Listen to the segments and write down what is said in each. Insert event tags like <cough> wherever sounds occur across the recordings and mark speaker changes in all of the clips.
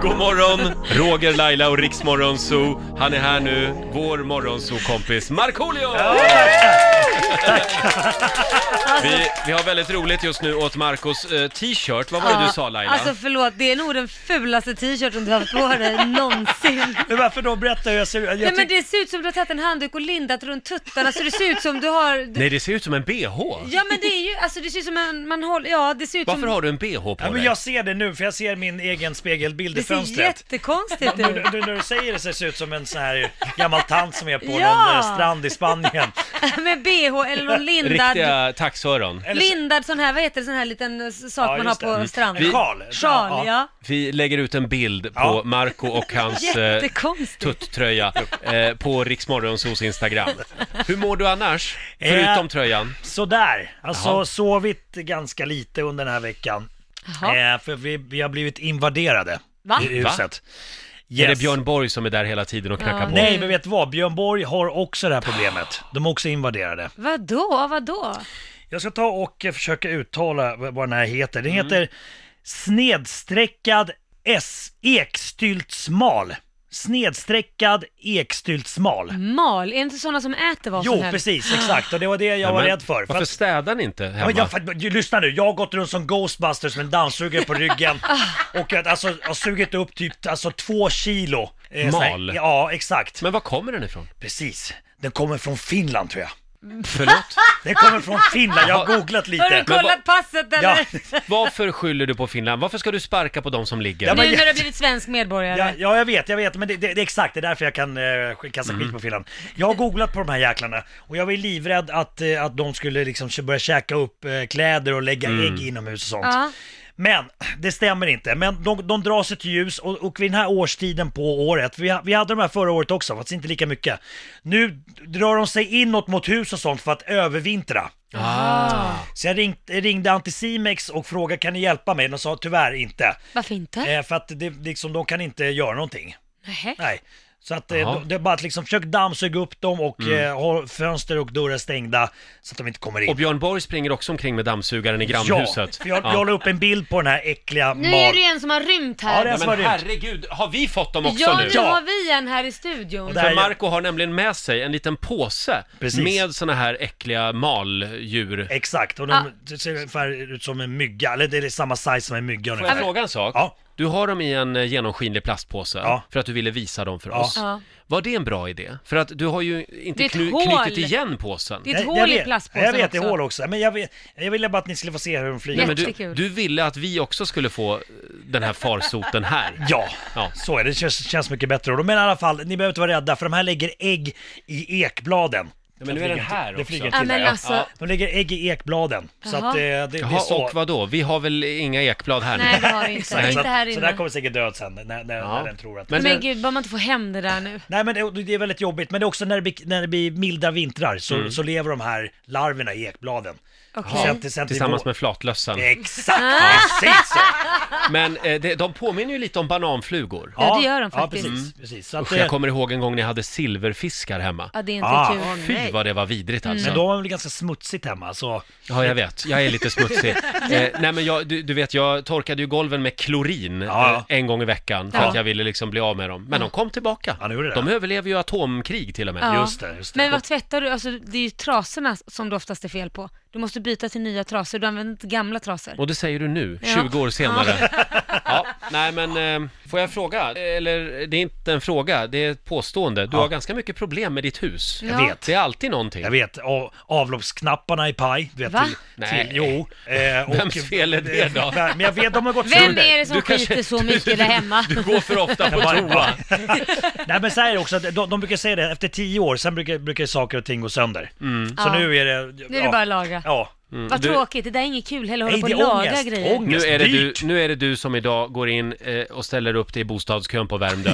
Speaker 1: God morgon, Roger, Laila och Riksmorgon Zoo. Han är här nu, vår morgonzoo-kompis Markoolio! <laughs> Vi, vi har väldigt roligt just nu åt Marcos eh, t-shirt. Vad var det
Speaker 2: Ja,
Speaker 1: du sa Laila?
Speaker 2: Alltså förlåt, det är nog den fulaste t-shirten du har haft på
Speaker 3: <laughs>
Speaker 2: dig någonsin.
Speaker 3: Men Varför då? Berätta hur jag ser ut.
Speaker 2: Nej
Speaker 3: Jag
Speaker 2: men
Speaker 3: tyck-
Speaker 2: det ser ut som du har tagit en handduk och lindat runt tuttarna så det ser ut som du har... Du...
Speaker 1: Nej, det ser ut som en bh.
Speaker 2: Ja men det är ju, alltså det ser ut som en, man håller, ja det ser ut
Speaker 1: Varför
Speaker 2: som...
Speaker 1: har du en bh på
Speaker 3: ja, men
Speaker 1: dig?
Speaker 3: jag ser det nu, för jag ser min egen spegelbild i
Speaker 2: Det ser
Speaker 3: fönstret. <laughs>
Speaker 2: jättekonstigt
Speaker 3: Nu,
Speaker 2: ut.
Speaker 3: nu när du säger det så ser det ut som en sån här gammal tant som är på
Speaker 2: Ja.
Speaker 3: någon eh, strand
Speaker 2: <laughs>
Speaker 3: i Spanien.
Speaker 2: Med bh eller någon lindad...
Speaker 1: Riktiga taxöron.
Speaker 3: Eller så-
Speaker 2: Lindad sån här, vad heter det, sån här liten eh, sak
Speaker 3: Ja,
Speaker 2: man har
Speaker 3: just det. Mm.
Speaker 2: på stranden?
Speaker 3: Vi- Sjal.
Speaker 2: Sjal,
Speaker 3: Ja.
Speaker 2: ja.
Speaker 1: Vi lägger ut en bild på
Speaker 3: Ja.
Speaker 1: Marco och hans eh,
Speaker 2: Jättekonstigt.
Speaker 1: tuttröja eh, på Riksmorgonsos
Speaker 2: <laughs>
Speaker 1: Instagram. Hur mår du annars?
Speaker 3: Eh.
Speaker 1: Förutom tröjan?
Speaker 3: Sådär, alltså
Speaker 1: Jaha.
Speaker 3: sovit ganska lite under den här veckan.
Speaker 2: Jaha.
Speaker 3: Eh, för vi, vi har blivit invaderade
Speaker 2: Va?
Speaker 3: i huset.
Speaker 1: Är det
Speaker 3: Yes.
Speaker 1: Björn Borg som är där hela tiden och knackar
Speaker 2: Ja.
Speaker 1: på?
Speaker 3: Nej, men vet du vad? Björn Borg har också det här problemet. De är också invaderade.
Speaker 2: Vadå, vadå?
Speaker 3: Jag ska ta och eh, försöka uttala v- vad den här heter.
Speaker 1: Mm.
Speaker 3: Den heter snedstreckad S ekstyltsmal. Snedstreckad ekstyltsmal.
Speaker 2: Mal, är det inte såna som äter Mm. vad som
Speaker 3: Jo,
Speaker 2: helst?
Speaker 3: precis, exakt. Och det var det jag
Speaker 1: Nej,
Speaker 3: var
Speaker 1: men
Speaker 3: rädd för. för
Speaker 1: Varför
Speaker 3: att,
Speaker 1: städar ni inte hemma?
Speaker 3: men jag, för, att- lyssna nu, jag har gått runt som Ghostbusters med en dammsugare
Speaker 2: <laughs>
Speaker 3: på ryggen och att, alltså, har sugit upp typ alltså, två kilo. eh, sån här-
Speaker 1: Mal.
Speaker 3: ja, exakt.
Speaker 1: Men var kommer den ifrån?
Speaker 3: Precis. Den kommer från Finland tror jag.
Speaker 1: Förlåt?
Speaker 3: Den
Speaker 2: <laughs>
Speaker 3: kommer från Finland, jag har googlat
Speaker 2: Har du
Speaker 3: lite.
Speaker 2: kollat passet eller?
Speaker 3: Ja,
Speaker 1: Varför skyller du på Finland? Varför ska du sparka på de som ligger?
Speaker 3: Ja, men-
Speaker 2: Nu när du har blivit svensk medborgare.
Speaker 3: Ja, ja, jag vet, jag vet, men det, det, det är exakt, det är därför jag kan eh, sk- kasta skit på Finland. Jag har googlat på de här jäklarna och jag var ju livrädd att, eh, att de skulle liksom kä- börja käka upp eh, kläder och lägga ägg inomhus och sånt.
Speaker 2: Ja.
Speaker 3: Men det stämmer inte, men de, de drar sig till ljus och, och vid den här årstiden på året, vi, ha- vi hade de här förra året också, fast inte lika mycket. Nu drar de sig inåt mot hus och sånt för att övervintra.
Speaker 1: Ah.
Speaker 3: Så jag ringt, ringde Anticimex och frågade kan ni hjälpa mig? De sa tyvärr inte.
Speaker 2: Varför inte?
Speaker 3: Eh, för att det, liksom, de kan inte göra någonting.
Speaker 2: Nähä.
Speaker 3: Nej. Så att
Speaker 1: Jaha. Mm.
Speaker 3: eh, det är bara att liksom försök dammsuga upp dem och eh, ha fönster och dörrar stängda så att de inte kommer in.
Speaker 1: Och Björn Borg springer också omkring med dammsugaren i grannhuset.
Speaker 3: Ja, för jag, jag la upp en bild på den här äckliga
Speaker 2: Nu är
Speaker 3: mal...
Speaker 2: det ju en som har rymt
Speaker 3: Ja,
Speaker 2: här.
Speaker 3: det är-
Speaker 1: Ja,
Speaker 3: Vad
Speaker 1: men herregud, har vi fått dem också
Speaker 2: ja,
Speaker 1: nu?
Speaker 2: nu
Speaker 3: Ja.
Speaker 2: har vi en här i studion.
Speaker 3: Och där-
Speaker 1: För Marco har nämligen med sig en liten påse
Speaker 3: Precis.
Speaker 1: med såna här äckliga maldjur.
Speaker 3: Exakt, och de
Speaker 2: Ah.
Speaker 3: det ser ungefär ut som en mygga, eller det är samma size som en mygga
Speaker 1: Får jag
Speaker 3: ungefär.
Speaker 1: fråga en sak?
Speaker 3: Ja.
Speaker 1: Du har dem i en eh, genomskinlig plastpåse
Speaker 3: Ja.
Speaker 1: för att du ville visa dem för
Speaker 3: Ja.
Speaker 1: oss.
Speaker 2: Ja.
Speaker 1: Var det en bra idé? För att du har ju
Speaker 2: Det är
Speaker 1: inte
Speaker 2: ett
Speaker 1: knu-
Speaker 2: hål.
Speaker 1: knutit igen påsen.
Speaker 2: Det är ett
Speaker 3: Jag-
Speaker 2: hål
Speaker 3: jag
Speaker 2: i
Speaker 3: vet-
Speaker 2: plastpåsen
Speaker 3: Jag vet, det är
Speaker 2: också.
Speaker 3: hål också. Men jag, vet, jag ville bara att ni skulle få se hur de flyger.
Speaker 1: Nej, men du,
Speaker 2: Jättekul.
Speaker 1: du ville att vi också skulle få eh, den här farsoten här.
Speaker 3: Ja,
Speaker 1: Ja.
Speaker 3: så är det. Det känns, känns mycket bättre. Och de- Men i alla fall, ni behöver inte vara rädda för de här lägger ägg i ekbladen.
Speaker 1: men nu är den här
Speaker 3: Det
Speaker 1: också.
Speaker 3: flyger
Speaker 2: Ja,
Speaker 3: till där,
Speaker 2: men
Speaker 3: ja.
Speaker 2: alltså,
Speaker 1: Ja.
Speaker 3: De lägger ägg i ekbladen. Så
Speaker 2: Jaha.
Speaker 3: att eh, det, det, det är
Speaker 1: Jaha,
Speaker 3: så.
Speaker 1: och vad då? Vi har väl inga ekblad här
Speaker 2: nej
Speaker 1: nu?
Speaker 2: det har vi inte.
Speaker 3: Nej, så,
Speaker 2: inte här
Speaker 3: att- så där
Speaker 2: inne.
Speaker 3: kommer säkert död sen när, när,
Speaker 1: Ja.
Speaker 3: när den tror att...
Speaker 1: Men-
Speaker 2: Men gud, bara man inte får hem det där nu.
Speaker 3: Nej men det, det är väldigt jobbigt, men det är också när det blir, när det blir milda vintrar så,
Speaker 1: Mm.
Speaker 3: så lever de här larverna i ekbladen.
Speaker 2: Okej. Ah.
Speaker 3: Så att det- så att det
Speaker 1: Tillsammans
Speaker 3: går-
Speaker 1: med flatlössan.
Speaker 3: Exakt, precis så!
Speaker 1: Men eh, det, de påminner ju lite om bananflugor.
Speaker 2: Ja, det gör de faktiskt.
Speaker 3: Ja, precis. precis. Så att,
Speaker 1: Usch,
Speaker 3: det-
Speaker 1: jag kommer ihåg en gång när jag hade silverfiskar hemma.
Speaker 2: Ja, det Mm. är inte
Speaker 3: Ah,
Speaker 2: kul.
Speaker 1: Fy vad det var vidrigt alltså.
Speaker 3: men då har man väl ganska smutsigt hemma så...
Speaker 1: Ja, jag vet. Jag är lite
Speaker 2: <laughs>
Speaker 1: smutsig. eh, nej, men jag, du, du vet, jag torkade ju golven med klorin
Speaker 3: Ja.
Speaker 1: eh, en gång i veckan för
Speaker 2: Ja.
Speaker 1: att jag ville liksom bli av med dem. Men de kom tillbaka.
Speaker 3: Ja, det gjorde det.
Speaker 1: De överlevde ju atomkrig till och med.
Speaker 2: Ja.
Speaker 3: Just det, just det.
Speaker 2: Men vad tvättar du? Alltså, det är ju trasorna som det oftast är fel på. Du måste byta till nya trasor, du använder inte gamla trasor.
Speaker 1: Och det säger du nu,
Speaker 2: Ja.
Speaker 1: 20 år senare. Ja, nej men eh, får jag fråga? Eller det är inte en fråga, det är ett påstående. Du har ganska mycket problem med ditt hus.
Speaker 2: Ja.
Speaker 3: Jag vet.
Speaker 1: Det är alltid någonting.
Speaker 3: Jag vet, av, avloppsknapparna i paj. Du vet,
Speaker 2: Va?
Speaker 3: Till,
Speaker 1: Nej.
Speaker 3: till, jo. Eh, och-
Speaker 1: Vems fel är det
Speaker 3: <laughs>
Speaker 1: då?
Speaker 3: Men jag vet, de har gått
Speaker 2: Vem
Speaker 3: sönder.
Speaker 2: är det som skiter så
Speaker 3: <laughs>
Speaker 2: mycket där hemma?
Speaker 1: Du, går för ofta på
Speaker 3: Bara-
Speaker 1: toa.
Speaker 3: Nej men så här är det också, de, de brukar säga det, efter tio år, sen brukar, brukar saker och ting gå sönder. Så
Speaker 1: Mm.
Speaker 2: Ja.
Speaker 3: nu är det...
Speaker 2: Nu är det bara att lagra.
Speaker 3: Ja. Mm,
Speaker 2: Vad
Speaker 1: du-
Speaker 2: tråkigt, det där är inget kul heller, att
Speaker 3: Nej,
Speaker 2: hålla på och
Speaker 3: det är
Speaker 2: laga
Speaker 3: ångest.
Speaker 2: grejer.
Speaker 3: <laughs> Ångest.
Speaker 1: Nu är, det du,
Speaker 3: Dyrt.
Speaker 1: nu är det du som idag går in eh, och ställer upp dig i bostadskön på Värmdö.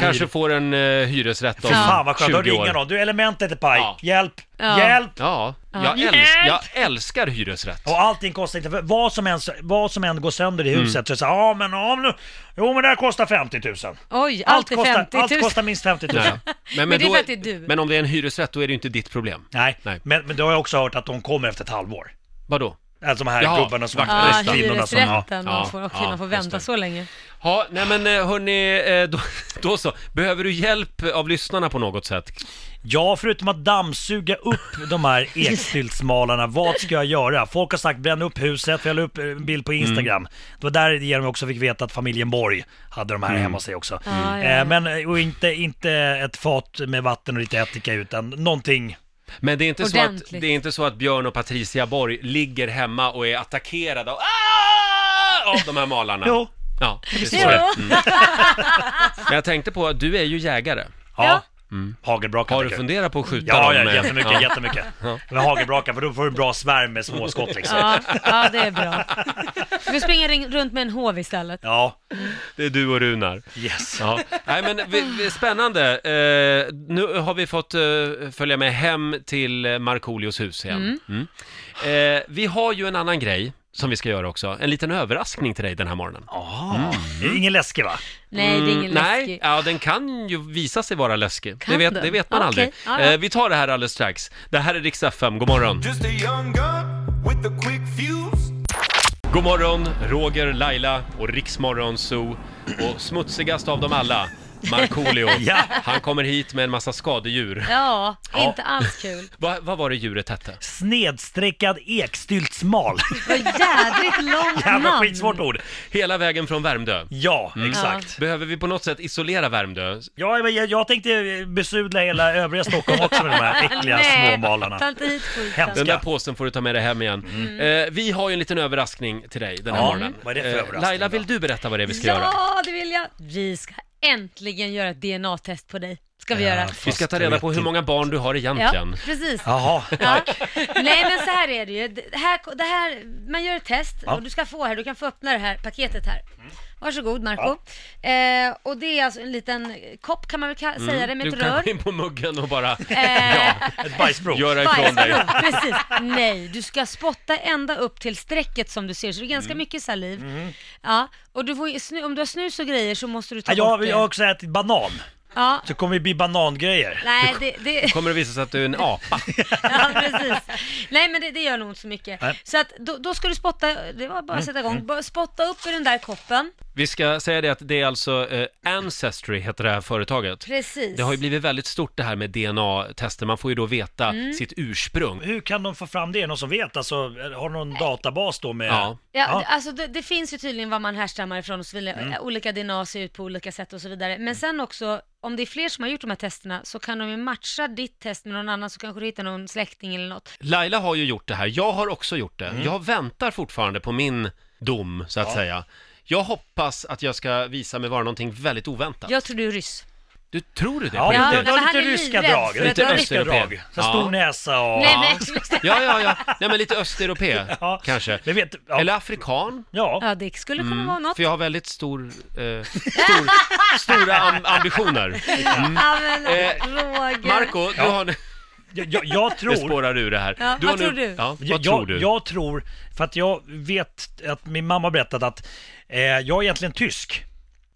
Speaker 1: Kanske får en eh, hyresrätt om
Speaker 3: Fy fan vad skönt, då
Speaker 1: 20
Speaker 3: ringer
Speaker 1: år.
Speaker 3: någon. Du elementet är paj,
Speaker 1: Ja.
Speaker 3: hjälp,
Speaker 2: Ja.
Speaker 3: hjälp!
Speaker 1: Ja, jag,
Speaker 2: Ja.
Speaker 1: äls jag älskar hyresrätt.
Speaker 3: Och allting kostar inte, för vad som än, vad som än går sönder i
Speaker 1: Mm.
Speaker 3: huset så är det såhär, ja men om nu, jo men det här kostar 50 000. Allt,
Speaker 2: Oj, allt, är
Speaker 3: kostar,
Speaker 2: 50 000.
Speaker 3: allt kostar minst 50 000.
Speaker 2: <laughs>
Speaker 1: Nej.
Speaker 3: Nej.
Speaker 2: Men det är
Speaker 1: då
Speaker 2: för att det är du.
Speaker 1: men om det är en hyresrätt, då är det ju inte ditt problem. Nej.
Speaker 3: Men, men det har jag också hört att de kommer efter ett halvår.
Speaker 1: Vadå?
Speaker 3: Alltså de här
Speaker 1: Jaha,
Speaker 3: gubbarna som
Speaker 2: Ja,
Speaker 1: Vaktmästaren.
Speaker 3: kvinnorna som... Ja.
Speaker 2: hyresrätten.
Speaker 1: Ja,
Speaker 2: Och får, och
Speaker 1: ja,
Speaker 2: kvinnan får
Speaker 1: just
Speaker 2: vänta
Speaker 1: det.
Speaker 2: så länge.
Speaker 1: Ja, nej men eh, hörni, eh, då, <laughs> då så. Behöver du hjälp av lyssnarna på något sätt?
Speaker 3: ja, förutom att dammsuga upp de här ekstyltsmalarna, vad ska jag göra? Folk har sagt bränn upp huset, för jag la upp eh, en bild på
Speaker 1: Mm.
Speaker 3: Instagram. Det var där genom också fick veta att familjen Borg hade de här
Speaker 1: Mm.
Speaker 3: hemma hos sig
Speaker 1: Ah,
Speaker 3: också.
Speaker 2: Ja, ja,
Speaker 3: Eh,
Speaker 2: ja.
Speaker 3: Men eh, och inte, inte ett fat med vatten och lite ättika utan någonting.
Speaker 1: Men det är, inte så att,
Speaker 2: Ordentligt.
Speaker 1: det är inte så att Björn och Patricia Borg ligger hemma och är attackerade av, "Ah!" av de här malarna?
Speaker 3: <laughs> Jo.
Speaker 1: Ja, det
Speaker 2: Jo.
Speaker 1: är så det. Men jag tänkte på att du är ju jägare.
Speaker 3: Ja. Mm.
Speaker 2: Ja.
Speaker 3: Hagelbrakan
Speaker 1: Har du
Speaker 3: tänker
Speaker 1: funderat på att skjuta
Speaker 3: Ja,
Speaker 1: dem?
Speaker 3: ja,
Speaker 1: med-
Speaker 3: jättemycket,
Speaker 1: <laughs> Ja.
Speaker 3: jättemycket. Med hagelbrakan, för då får du bra svärm med småskott liksom.
Speaker 2: Ja, ja, det är bra. Vi springer ring- runt med en hov istället.
Speaker 3: Ja,
Speaker 1: Det är du och Runar.
Speaker 3: yes.
Speaker 1: Ja. Nej, men vi, vi, spännande. Eh, nu har vi fått eh, följa med hem till eh, Markoolios hus igen. Mm. Eh, vi har ju en annan grej som vi ska göra också. En liten överraskning till dig den här morgonen.
Speaker 3: Ah, det är Ingen läskig va?
Speaker 2: Nej, det är ingen
Speaker 1: Mm, Nej,
Speaker 2: läskig.
Speaker 1: ja, den kan ju visa sig vara läskig.
Speaker 2: Kan
Speaker 1: det, vet,
Speaker 2: den?
Speaker 1: det vet man
Speaker 2: Okej,
Speaker 1: aldrig.
Speaker 2: ja, ja.
Speaker 1: Eh, vi tar det här alldeles strax. Det här är Rix FM, god morgon.
Speaker 4: Just a young gun with a quick fuse.
Speaker 1: God morgon, Roger, Laila och Riksmorgon Zoo. Och smutsigast av dem alla, <laughs> Markoolio.
Speaker 3: Ja.
Speaker 1: Han kommer hit med en massa skadedjur.
Speaker 2: Ja,
Speaker 3: Ja.
Speaker 2: inte alls kul.
Speaker 1: Va, vad var det djuret hette?
Speaker 3: Snedstreckad
Speaker 1: <laughs>
Speaker 3: ekstyltsmal.
Speaker 2: Vad jädrigt långt
Speaker 3: Jävla
Speaker 2: namn.
Speaker 3: skitsvårt ord.
Speaker 1: Hela vägen från Värmdö.
Speaker 3: Ja,
Speaker 1: Mm.
Speaker 3: exakt.
Speaker 1: Behöver vi på något sätt isolera Värmdö?
Speaker 3: Ja, men jag, jag tänkte besudla hela övriga Stockholm också med
Speaker 2: <laughs>
Speaker 3: de här äckliga
Speaker 2: Nej,
Speaker 3: småmalarna.
Speaker 2: Ta inte hit
Speaker 3: Hemskt.
Speaker 2: skiten.
Speaker 1: Den där påsen får du ta med dig hem igen. Eh, vi har ju en liten överraskning till dig den här
Speaker 3: Mm. Ja,
Speaker 1: morgonen. Eh,
Speaker 3: vad är det för överraskning
Speaker 1: Laila,
Speaker 3: då?
Speaker 1: vill du berätta vad det är vi ska göra?
Speaker 2: Ja, det vill jag. Vi ska äntligen göra ett DNA-test på dig. Ska vi göra.
Speaker 1: Vi ska ta reda på hur många barn du har
Speaker 2: Ja,
Speaker 1: egentligen.
Speaker 2: precis.
Speaker 3: Jaha,
Speaker 2: Ja. Nej men så här är det ju. Det här, det här, man gör ett test och du ska få här, du kan få öppna det här paketet här.
Speaker 1: Mm.
Speaker 2: Varsågod Marco. Eh, och det är alltså en liten kopp kan man väl ka- säga det med
Speaker 1: Mm. Du
Speaker 2: ett
Speaker 1: kan
Speaker 2: rör.
Speaker 1: gå in på muggen och bara
Speaker 2: <laughs>
Speaker 1: <laughs>
Speaker 2: Eh,
Speaker 3: ett bajsprov.
Speaker 1: göra ifrån dig.
Speaker 2: bajsprov, <laughs> Precis. Nej, du ska spotta ända upp till strecket som du ser, så det är ganska
Speaker 1: Mm.
Speaker 2: mycket saliv. Ja, och du får, ju snu- om du har snus och grejer så måste du ta
Speaker 3: Ja, Jag,
Speaker 2: bort
Speaker 3: jag har
Speaker 2: det.
Speaker 3: också ätit banan,
Speaker 2: Ja,
Speaker 3: så kommer det bli banangrejer.
Speaker 2: nej det... det...
Speaker 1: Kommer det visa sig att du är en apa?
Speaker 2: <laughs> ja, precis. Nej, men det, det gör nog inte så mycket.
Speaker 3: Nej.
Speaker 2: Så att då, då ska du spotta, det var
Speaker 1: Mm.
Speaker 2: bara att sätta igång, bara spotta upp i den där koppen.
Speaker 1: Vi ska säga det att det är alltså eh, Ancestry heter det här företaget.
Speaker 2: Precis.
Speaker 1: Det har ju blivit väldigt stort det här med DNA-tester. Man får ju då veta
Speaker 2: Mm.
Speaker 1: sitt ursprung.
Speaker 3: Hur kan de få fram det? Är det Någon som vet? Alltså, har de någon databas då med...
Speaker 1: Ja. Mm.
Speaker 2: Ja,
Speaker 3: Ja.
Speaker 2: Alltså det, det finns ju tydligen vad man härstammar ifrån och så vidare. Eh, Olika DNA ser ut på olika sätt och så vidare. Men sen också, om det är fler som har gjort de här testerna så kan de ju matcha ditt test med någon annan så kanske du hittar någon släkting eller något.
Speaker 1: Laila har ju gjort det här. Jag har också gjort det. Jag väntar fortfarande på min dom, så att säga. Jag hoppas att jag ska visa mig vara någonting väldigt oväntat.
Speaker 2: Jag tror du är ryss.
Speaker 1: Du tror du det?
Speaker 3: Ja,
Speaker 1: på
Speaker 2: Ja,
Speaker 1: riktigt?
Speaker 3: lite,
Speaker 2: men han
Speaker 3: lite
Speaker 2: är
Speaker 3: ryska
Speaker 2: livrädd
Speaker 3: drag.
Speaker 2: för
Speaker 1: att
Speaker 3: Lite
Speaker 1: vara
Speaker 3: ryska
Speaker 1: östeuropé.
Speaker 3: drag. Så
Speaker 1: Ja.
Speaker 3: stor näsa och...
Speaker 2: Nej,
Speaker 3: Ja.
Speaker 2: men, <laughs>
Speaker 1: Ja, ja, ja. Nej, men lite östeuropé,
Speaker 3: Ja.
Speaker 1: kanske.
Speaker 3: Men vet, ja.
Speaker 1: Eller afrikan.
Speaker 3: Ja.
Speaker 2: ja, det skulle kunna vara något.
Speaker 1: För jag har väldigt stor, eh, stor stora am- ambitioner.
Speaker 2: Ja, men,
Speaker 1: Eh,
Speaker 2: Roger.
Speaker 1: Marco, du har...
Speaker 3: Jag, jag, jag
Speaker 1: Det
Speaker 3: tror...
Speaker 1: spårar ur det här.
Speaker 2: Ja,
Speaker 1: har
Speaker 2: vad tror du?
Speaker 1: Ja, vad
Speaker 3: jag,
Speaker 1: tror du?
Speaker 3: Jag, jag tror, för att jag vet att min mamma berättat att eh, jag är egentligen tysk.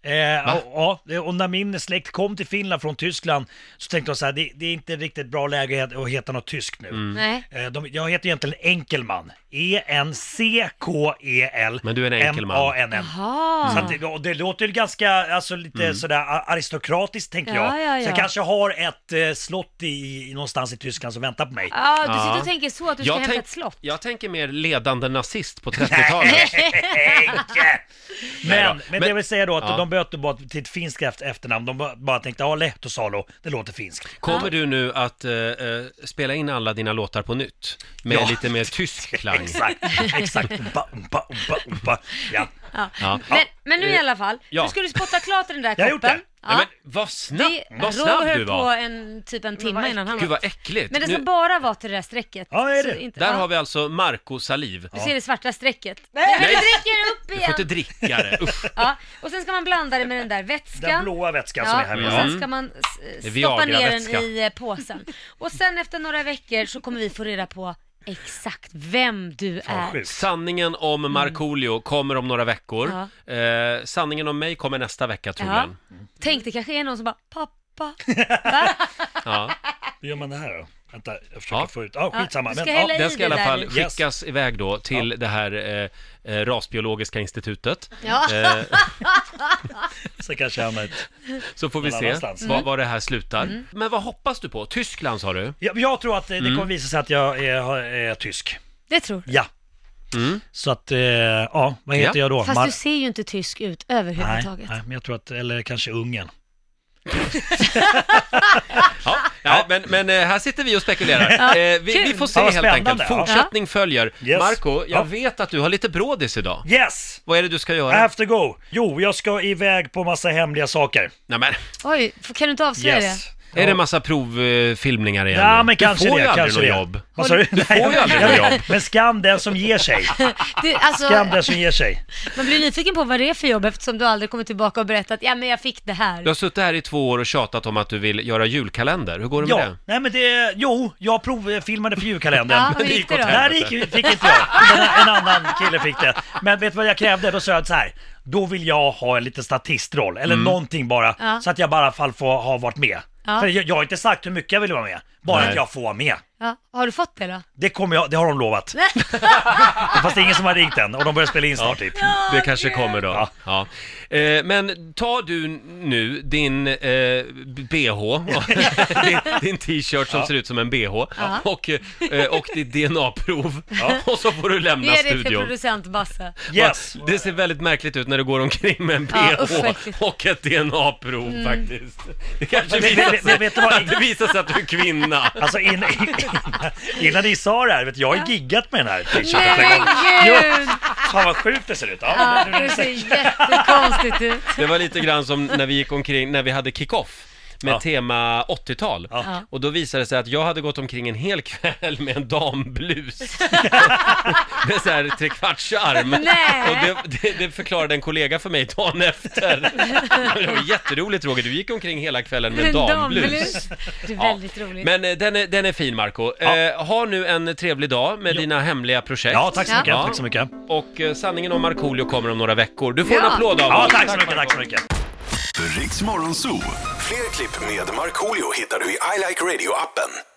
Speaker 3: Eh, och, ja, och när min släkt kom till Finland från Tyskland så tänkte jag så här, det, det är inte riktigt bra läge att- att heta något tyskt nu.
Speaker 1: Mm.
Speaker 2: Nej.
Speaker 3: Eh, De, jag heter egentligen Enkelman. E E-N-C-K-E-L.
Speaker 1: Men du är en enkelman.
Speaker 3: M-A-N-N.
Speaker 2: Jaha.
Speaker 3: Så att det, och det låter ju ganska, alltså lite
Speaker 1: Mm.
Speaker 3: sådär a- aristokratiskt tänker
Speaker 2: Ja,
Speaker 3: jag.
Speaker 2: ja,
Speaker 3: Så jag
Speaker 2: ja.
Speaker 3: kanske har ett eh, slott i, i, någonstans i Tyskland som väntar på mig.
Speaker 2: Ja, du
Speaker 1: Ja.
Speaker 2: sitter och tänker så att du ska
Speaker 1: Jag
Speaker 2: hämta
Speaker 1: tänk-
Speaker 2: ett slott.
Speaker 1: jag tänker mer ledande nazist
Speaker 2: <laughs>
Speaker 1: på 30-talet. Nej då.
Speaker 3: Men, men, det
Speaker 1: Men-
Speaker 3: jag vill säga då att
Speaker 1: Ja.
Speaker 3: de bytte bara till ett finskt efter- efternamn. De bara- bara tänkte, ja Lehtosalo, det låter finskt.
Speaker 1: Kommer du nu att eh, eh, spela in alla dina låtar på nytt? Med
Speaker 3: Ja.
Speaker 1: lite mer
Speaker 2: <laughs>
Speaker 1: tysk klang?
Speaker 3: Exakt, exakt. Umpa, umpa, umpa, umpa. Ja.
Speaker 2: Ja.
Speaker 1: Ja. Eh,
Speaker 2: Men, men nu i alla fall,
Speaker 1: ja.
Speaker 2: nu ska du spotta klart i den där
Speaker 3: Jag
Speaker 2: koppen.
Speaker 3: har gjort det.
Speaker 1: Nej, men vad snabb,
Speaker 2: Det,
Speaker 1: vad snabb
Speaker 2: Roger
Speaker 1: du
Speaker 2: höll på
Speaker 1: var!
Speaker 2: en, typ en timme innan han
Speaker 1: Gud
Speaker 2: var.
Speaker 1: vad äckligt!
Speaker 2: Men det ska
Speaker 1: Nu,
Speaker 2: bara vara till det där strecket.
Speaker 3: Ja, är
Speaker 2: Så
Speaker 3: det?
Speaker 2: Inte,
Speaker 1: där
Speaker 2: ja.
Speaker 1: har vi alltså Marco Saliv.
Speaker 2: Du ser det svarta strecket. Nej, men
Speaker 1: Nej.
Speaker 2: du dricker upp
Speaker 1: Du får inte
Speaker 2: igen!
Speaker 1: dricka
Speaker 2: <laughs>
Speaker 1: det, usch!
Speaker 2: Ja. Och sen ska man blanda det med den där vätskan.
Speaker 3: Den blåa vätskan som är här
Speaker 2: Ja,
Speaker 3: med.
Speaker 2: och
Speaker 3: Ja.
Speaker 1: Mm.
Speaker 2: sen ska man s- stoppa ner
Speaker 1: Viagra-vätska.
Speaker 2: den i eh, påsen. Och sen efter några veckor så kommer vi få reda på exakt vem du är.
Speaker 3: sjukt.
Speaker 1: Sanningen
Speaker 2: Mm.
Speaker 1: om Markoolio kommer om några veckor. Eh, sanningen om mig kommer nästa vecka
Speaker 2: Ja.
Speaker 1: troligen.
Speaker 2: Tänk det kanske är någon som bara, pappa, va? <laughs>
Speaker 1: Ja.
Speaker 3: Hur gör man det här då? Vänta, jag försöker
Speaker 1: Ja.
Speaker 3: förut. Ah, skitsamma.
Speaker 2: du ska
Speaker 3: men,
Speaker 2: hälla
Speaker 3: ja.
Speaker 2: i.
Speaker 1: Den ska i alla
Speaker 2: det där
Speaker 1: fall
Speaker 2: nu.
Speaker 1: skickas iväg då till det här eh, eh, rasbiologiska institutet.
Speaker 2: Ja.
Speaker 1: <laughs> Eh,
Speaker 3: Så kanske jag hamnar i ett-
Speaker 1: så får vi
Speaker 3: Någon
Speaker 1: se
Speaker 3: annanstans.
Speaker 2: Mm.
Speaker 1: vad, vad det här slutar. Men vad hoppas du på? Tyskland sa du?
Speaker 3: jag, jag tror att eh, det
Speaker 1: Mm.
Speaker 3: kommer visa sig att jag är, har- är tysk.
Speaker 2: Det tror du.
Speaker 3: Ja. Så att, eh, ja, vad heter
Speaker 1: Mm. Ja.
Speaker 3: jag då?
Speaker 2: Fast
Speaker 3: Mar-
Speaker 2: du ser ju inte tysk ut
Speaker 3: nej,
Speaker 2: överhuvudtaget.
Speaker 3: nej, men jag tror att, eller kanske Ungern.
Speaker 1: Ja, ja. Men, men eh, här sitter vi och spekulerar. Eh, vi,
Speaker 2: kul.
Speaker 1: vi får se
Speaker 3: Ja, vad
Speaker 1: helt enkelt.
Speaker 3: spännande, ja.
Speaker 1: Fortsättning följer.
Speaker 3: Yes.
Speaker 1: Marco, jag
Speaker 3: Ja.
Speaker 1: vet att du har lite brådis idag.
Speaker 3: Yes!
Speaker 1: Vad är det du ska
Speaker 3: I
Speaker 1: göra?
Speaker 3: have to go! Jo, jag ska iväg på massa hemliga saker.
Speaker 1: Nej, men,
Speaker 2: Oj, f- kan du inte avslöja
Speaker 3: Yes.
Speaker 2: det?
Speaker 1: är det massa provfilmningar igen?
Speaker 3: Ja,
Speaker 1: nu?
Speaker 3: men kanske
Speaker 1: du får
Speaker 3: det,
Speaker 1: ju aldrig
Speaker 3: kanske
Speaker 1: något
Speaker 3: det.
Speaker 1: jobb.
Speaker 3: Vad sa du?
Speaker 1: Du får ju aldrig något jobb.
Speaker 3: Men skam den som ger sig.
Speaker 2: det alltså,
Speaker 3: Skam den som ger sig.
Speaker 2: man blir nyfiken på vad det är för jobb eftersom du aldrig kommer tillbaka och berättat ja men jag fick det här.
Speaker 1: Du har suttit här i två år och tjatat om att du vill göra julkalender. Hur går det med
Speaker 3: Ja,
Speaker 1: det?
Speaker 3: nej men det, jo, jag provfilmade för julkalendern.
Speaker 2: Ja, hur gick det då?
Speaker 3: Nej, det gick, fick inte jag. Men En annan kille fick det. Men vet du vad jag krävde? Då sa jag så här, då vill jag ha en liten statistroll, eller
Speaker 1: Mm.
Speaker 3: någonting bara,
Speaker 2: Ja.
Speaker 3: så att jag bara i alla fall får ha varit med.
Speaker 2: Ja.
Speaker 3: För jag, jag har inte sagt hur mycket jag vill vara med, bara
Speaker 1: Nej.
Speaker 3: att jag får vara med.
Speaker 2: Ja, har du fått det då?
Speaker 3: Det kommer jag, det har de lovat. Fast det är ingen som har ringt än, och de börjar spela in snart typ.
Speaker 1: Det kanske kommer då. Ja.
Speaker 3: Ja.
Speaker 1: Eh, men tar du nu din eh, bh, och <laughs> din, din t-shirt som ser ut som en bh och, eh, och ditt DNA-prov <laughs> och så får du lämna
Speaker 2: Ge det till
Speaker 1: studion.
Speaker 2: producent Basse.
Speaker 3: Yes!
Speaker 1: Det ser väldigt märkligt ut när du går omkring med en bh
Speaker 2: Ja, usch, vad äckligt.
Speaker 1: och ett DNA-prov faktiskt. Det kanske
Speaker 3: Mm. Men- men-
Speaker 1: visar
Speaker 3: men-
Speaker 1: sig
Speaker 3: vet du vad?
Speaker 1: att <laughs> det visar sig att du är kvinna.
Speaker 3: Alltså innan, innan ni sa det här, vet du, jag har giggat med den här
Speaker 2: Nej
Speaker 3: t-shirten.
Speaker 2: men gud!
Speaker 3: Fan vad sjukt det ser ut. Ja,
Speaker 2: Ja,
Speaker 3: nu är
Speaker 2: det
Speaker 3: det
Speaker 2: ser jättekonstigt ut.
Speaker 1: Det var lite grann som när vi gick omkring, när vi hade kick-off med
Speaker 3: Ja.
Speaker 1: tema 80-tal.
Speaker 3: Ja.
Speaker 1: Och då visade det sig att jag hade gått omkring en hel kväll med en damblus. med så här trekvartsarm.
Speaker 2: Nej.
Speaker 1: Och det, det, det förklarade en kollega för mig dagen efter. Det var jätteroligt Roger, du gick omkring hela kvällen med <laughs> en damblus.
Speaker 2: Det är
Speaker 1: Ja.
Speaker 2: väldigt roligt.
Speaker 1: Men eh, den är, den är fin Marco. Eh, ha nu en trevlig dag med dina hemliga projekt.
Speaker 3: Ja, tack så
Speaker 2: Ja.
Speaker 3: mycket. Tack så mycket.
Speaker 1: Och eh, sanningen om Markoolio kommer om några veckor. Du får en
Speaker 2: Ja.
Speaker 1: applåd av
Speaker 3: Ja,
Speaker 1: oss.
Speaker 3: tack så mycket, tack så mycket.
Speaker 5: Riks Morgonzoo.
Speaker 6: Fler klipp med Markoolio hittar du i I Like Radio-appen.